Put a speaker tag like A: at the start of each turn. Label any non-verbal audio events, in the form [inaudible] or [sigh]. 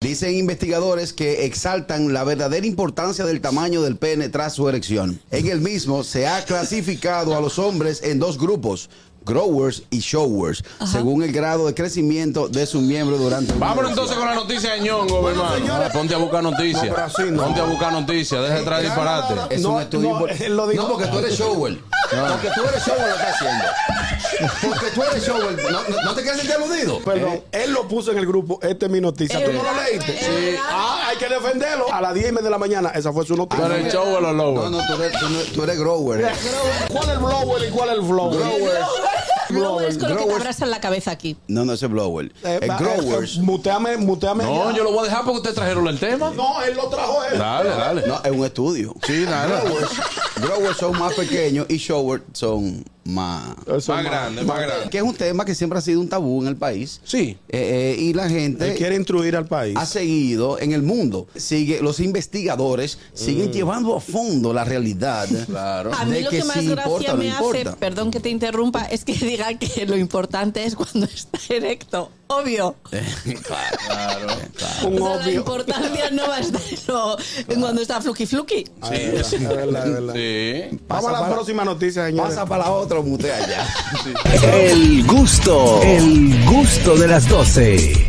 A: Dicen investigadores que exaltan la verdadera importancia del tamaño del pene tras su erección. En el mismo se ha clasificado a los hombres en dos grupos. Growers y showers, según el grado de crecimiento de su miembro durante un mes.
B: Vámonos entonces con la noticia de Ñongo, hermano.
C: señores.
B: Ponte a buscar
C: No,
B: noticias.
C: pero así no.
B: Ponte a buscar noticias. Deja de traer
C: No,
B: disparate.
C: no, no,
A: Es un estudio
C: no,
A: impor-
C: él lo dijo.
A: No, porque tú eres shower. Porque tú eres shower lo estás haciendo. Porque tú eres shower. No, no- no te quieres sentir aludido.
C: Perdón, él lo puso en el grupo. Este es mi
D: Eh,
C: noticia. ¿Tú no lo leíste? Sí. Ah, hay que defenderlo. A las 10 y media de la mañana, esa fue su noticia.
B: Pero el show o los
A: No,
B: lobos.
A: no, tú eres, tú no- tú eres
C: [laughs]
A: grower.
C: ¿Cuál es el blower y cuál es el flower?
A: Growers.
D: No Ah, es con lo que te
A: Growers.
D: abrazan la cabeza aquí.
A: No, no, ese es blower.
C: Eh,
A: El
C: va,
A: growers.
C: eh, Muteame, muteame.
B: No,
C: ya.
B: yo lo voy a dejar porque ustedes trajeron el tema.
C: No, él lo trajo él.
B: Dale, dale.
A: No, es un estudio.
B: Sí, nada.
A: Growers, growers son más pequeños y showers son más...
C: Eso
B: Más
C: es
B: grande, más grande.
A: Que es un tema que siempre ha sido un tabú en el país.
B: Sí.
A: Eh, eh, y la gente...
C: Él quiere instruir al país.
A: ha seguido en el mundo. Sigue, los investigadores siguen llevando a fondo la realidad
B: Mm. Claro.
D: A
A: de
D: mí lo
A: que
D: que más
A: si importa
D: gracia
A: o no
D: me hace,
A: importa. [laughs]
D: perdón que te interrumpa, es que diga que lo importante es cuando está erecto. Obvio.
B: Claro.
C: Un
D: O sea, la
C: obvio.
D: importancia no va a estar no, en cuando está fluki fluki.
C: Ah, Es verdad, es verdad, es verdad.
B: Sí.
C: Vamos a la
A: Pasa para-
C: próxima noticia, señores.
A: Pasa para la otra o mutea ya.
E: El gusto, el gusto de las 12.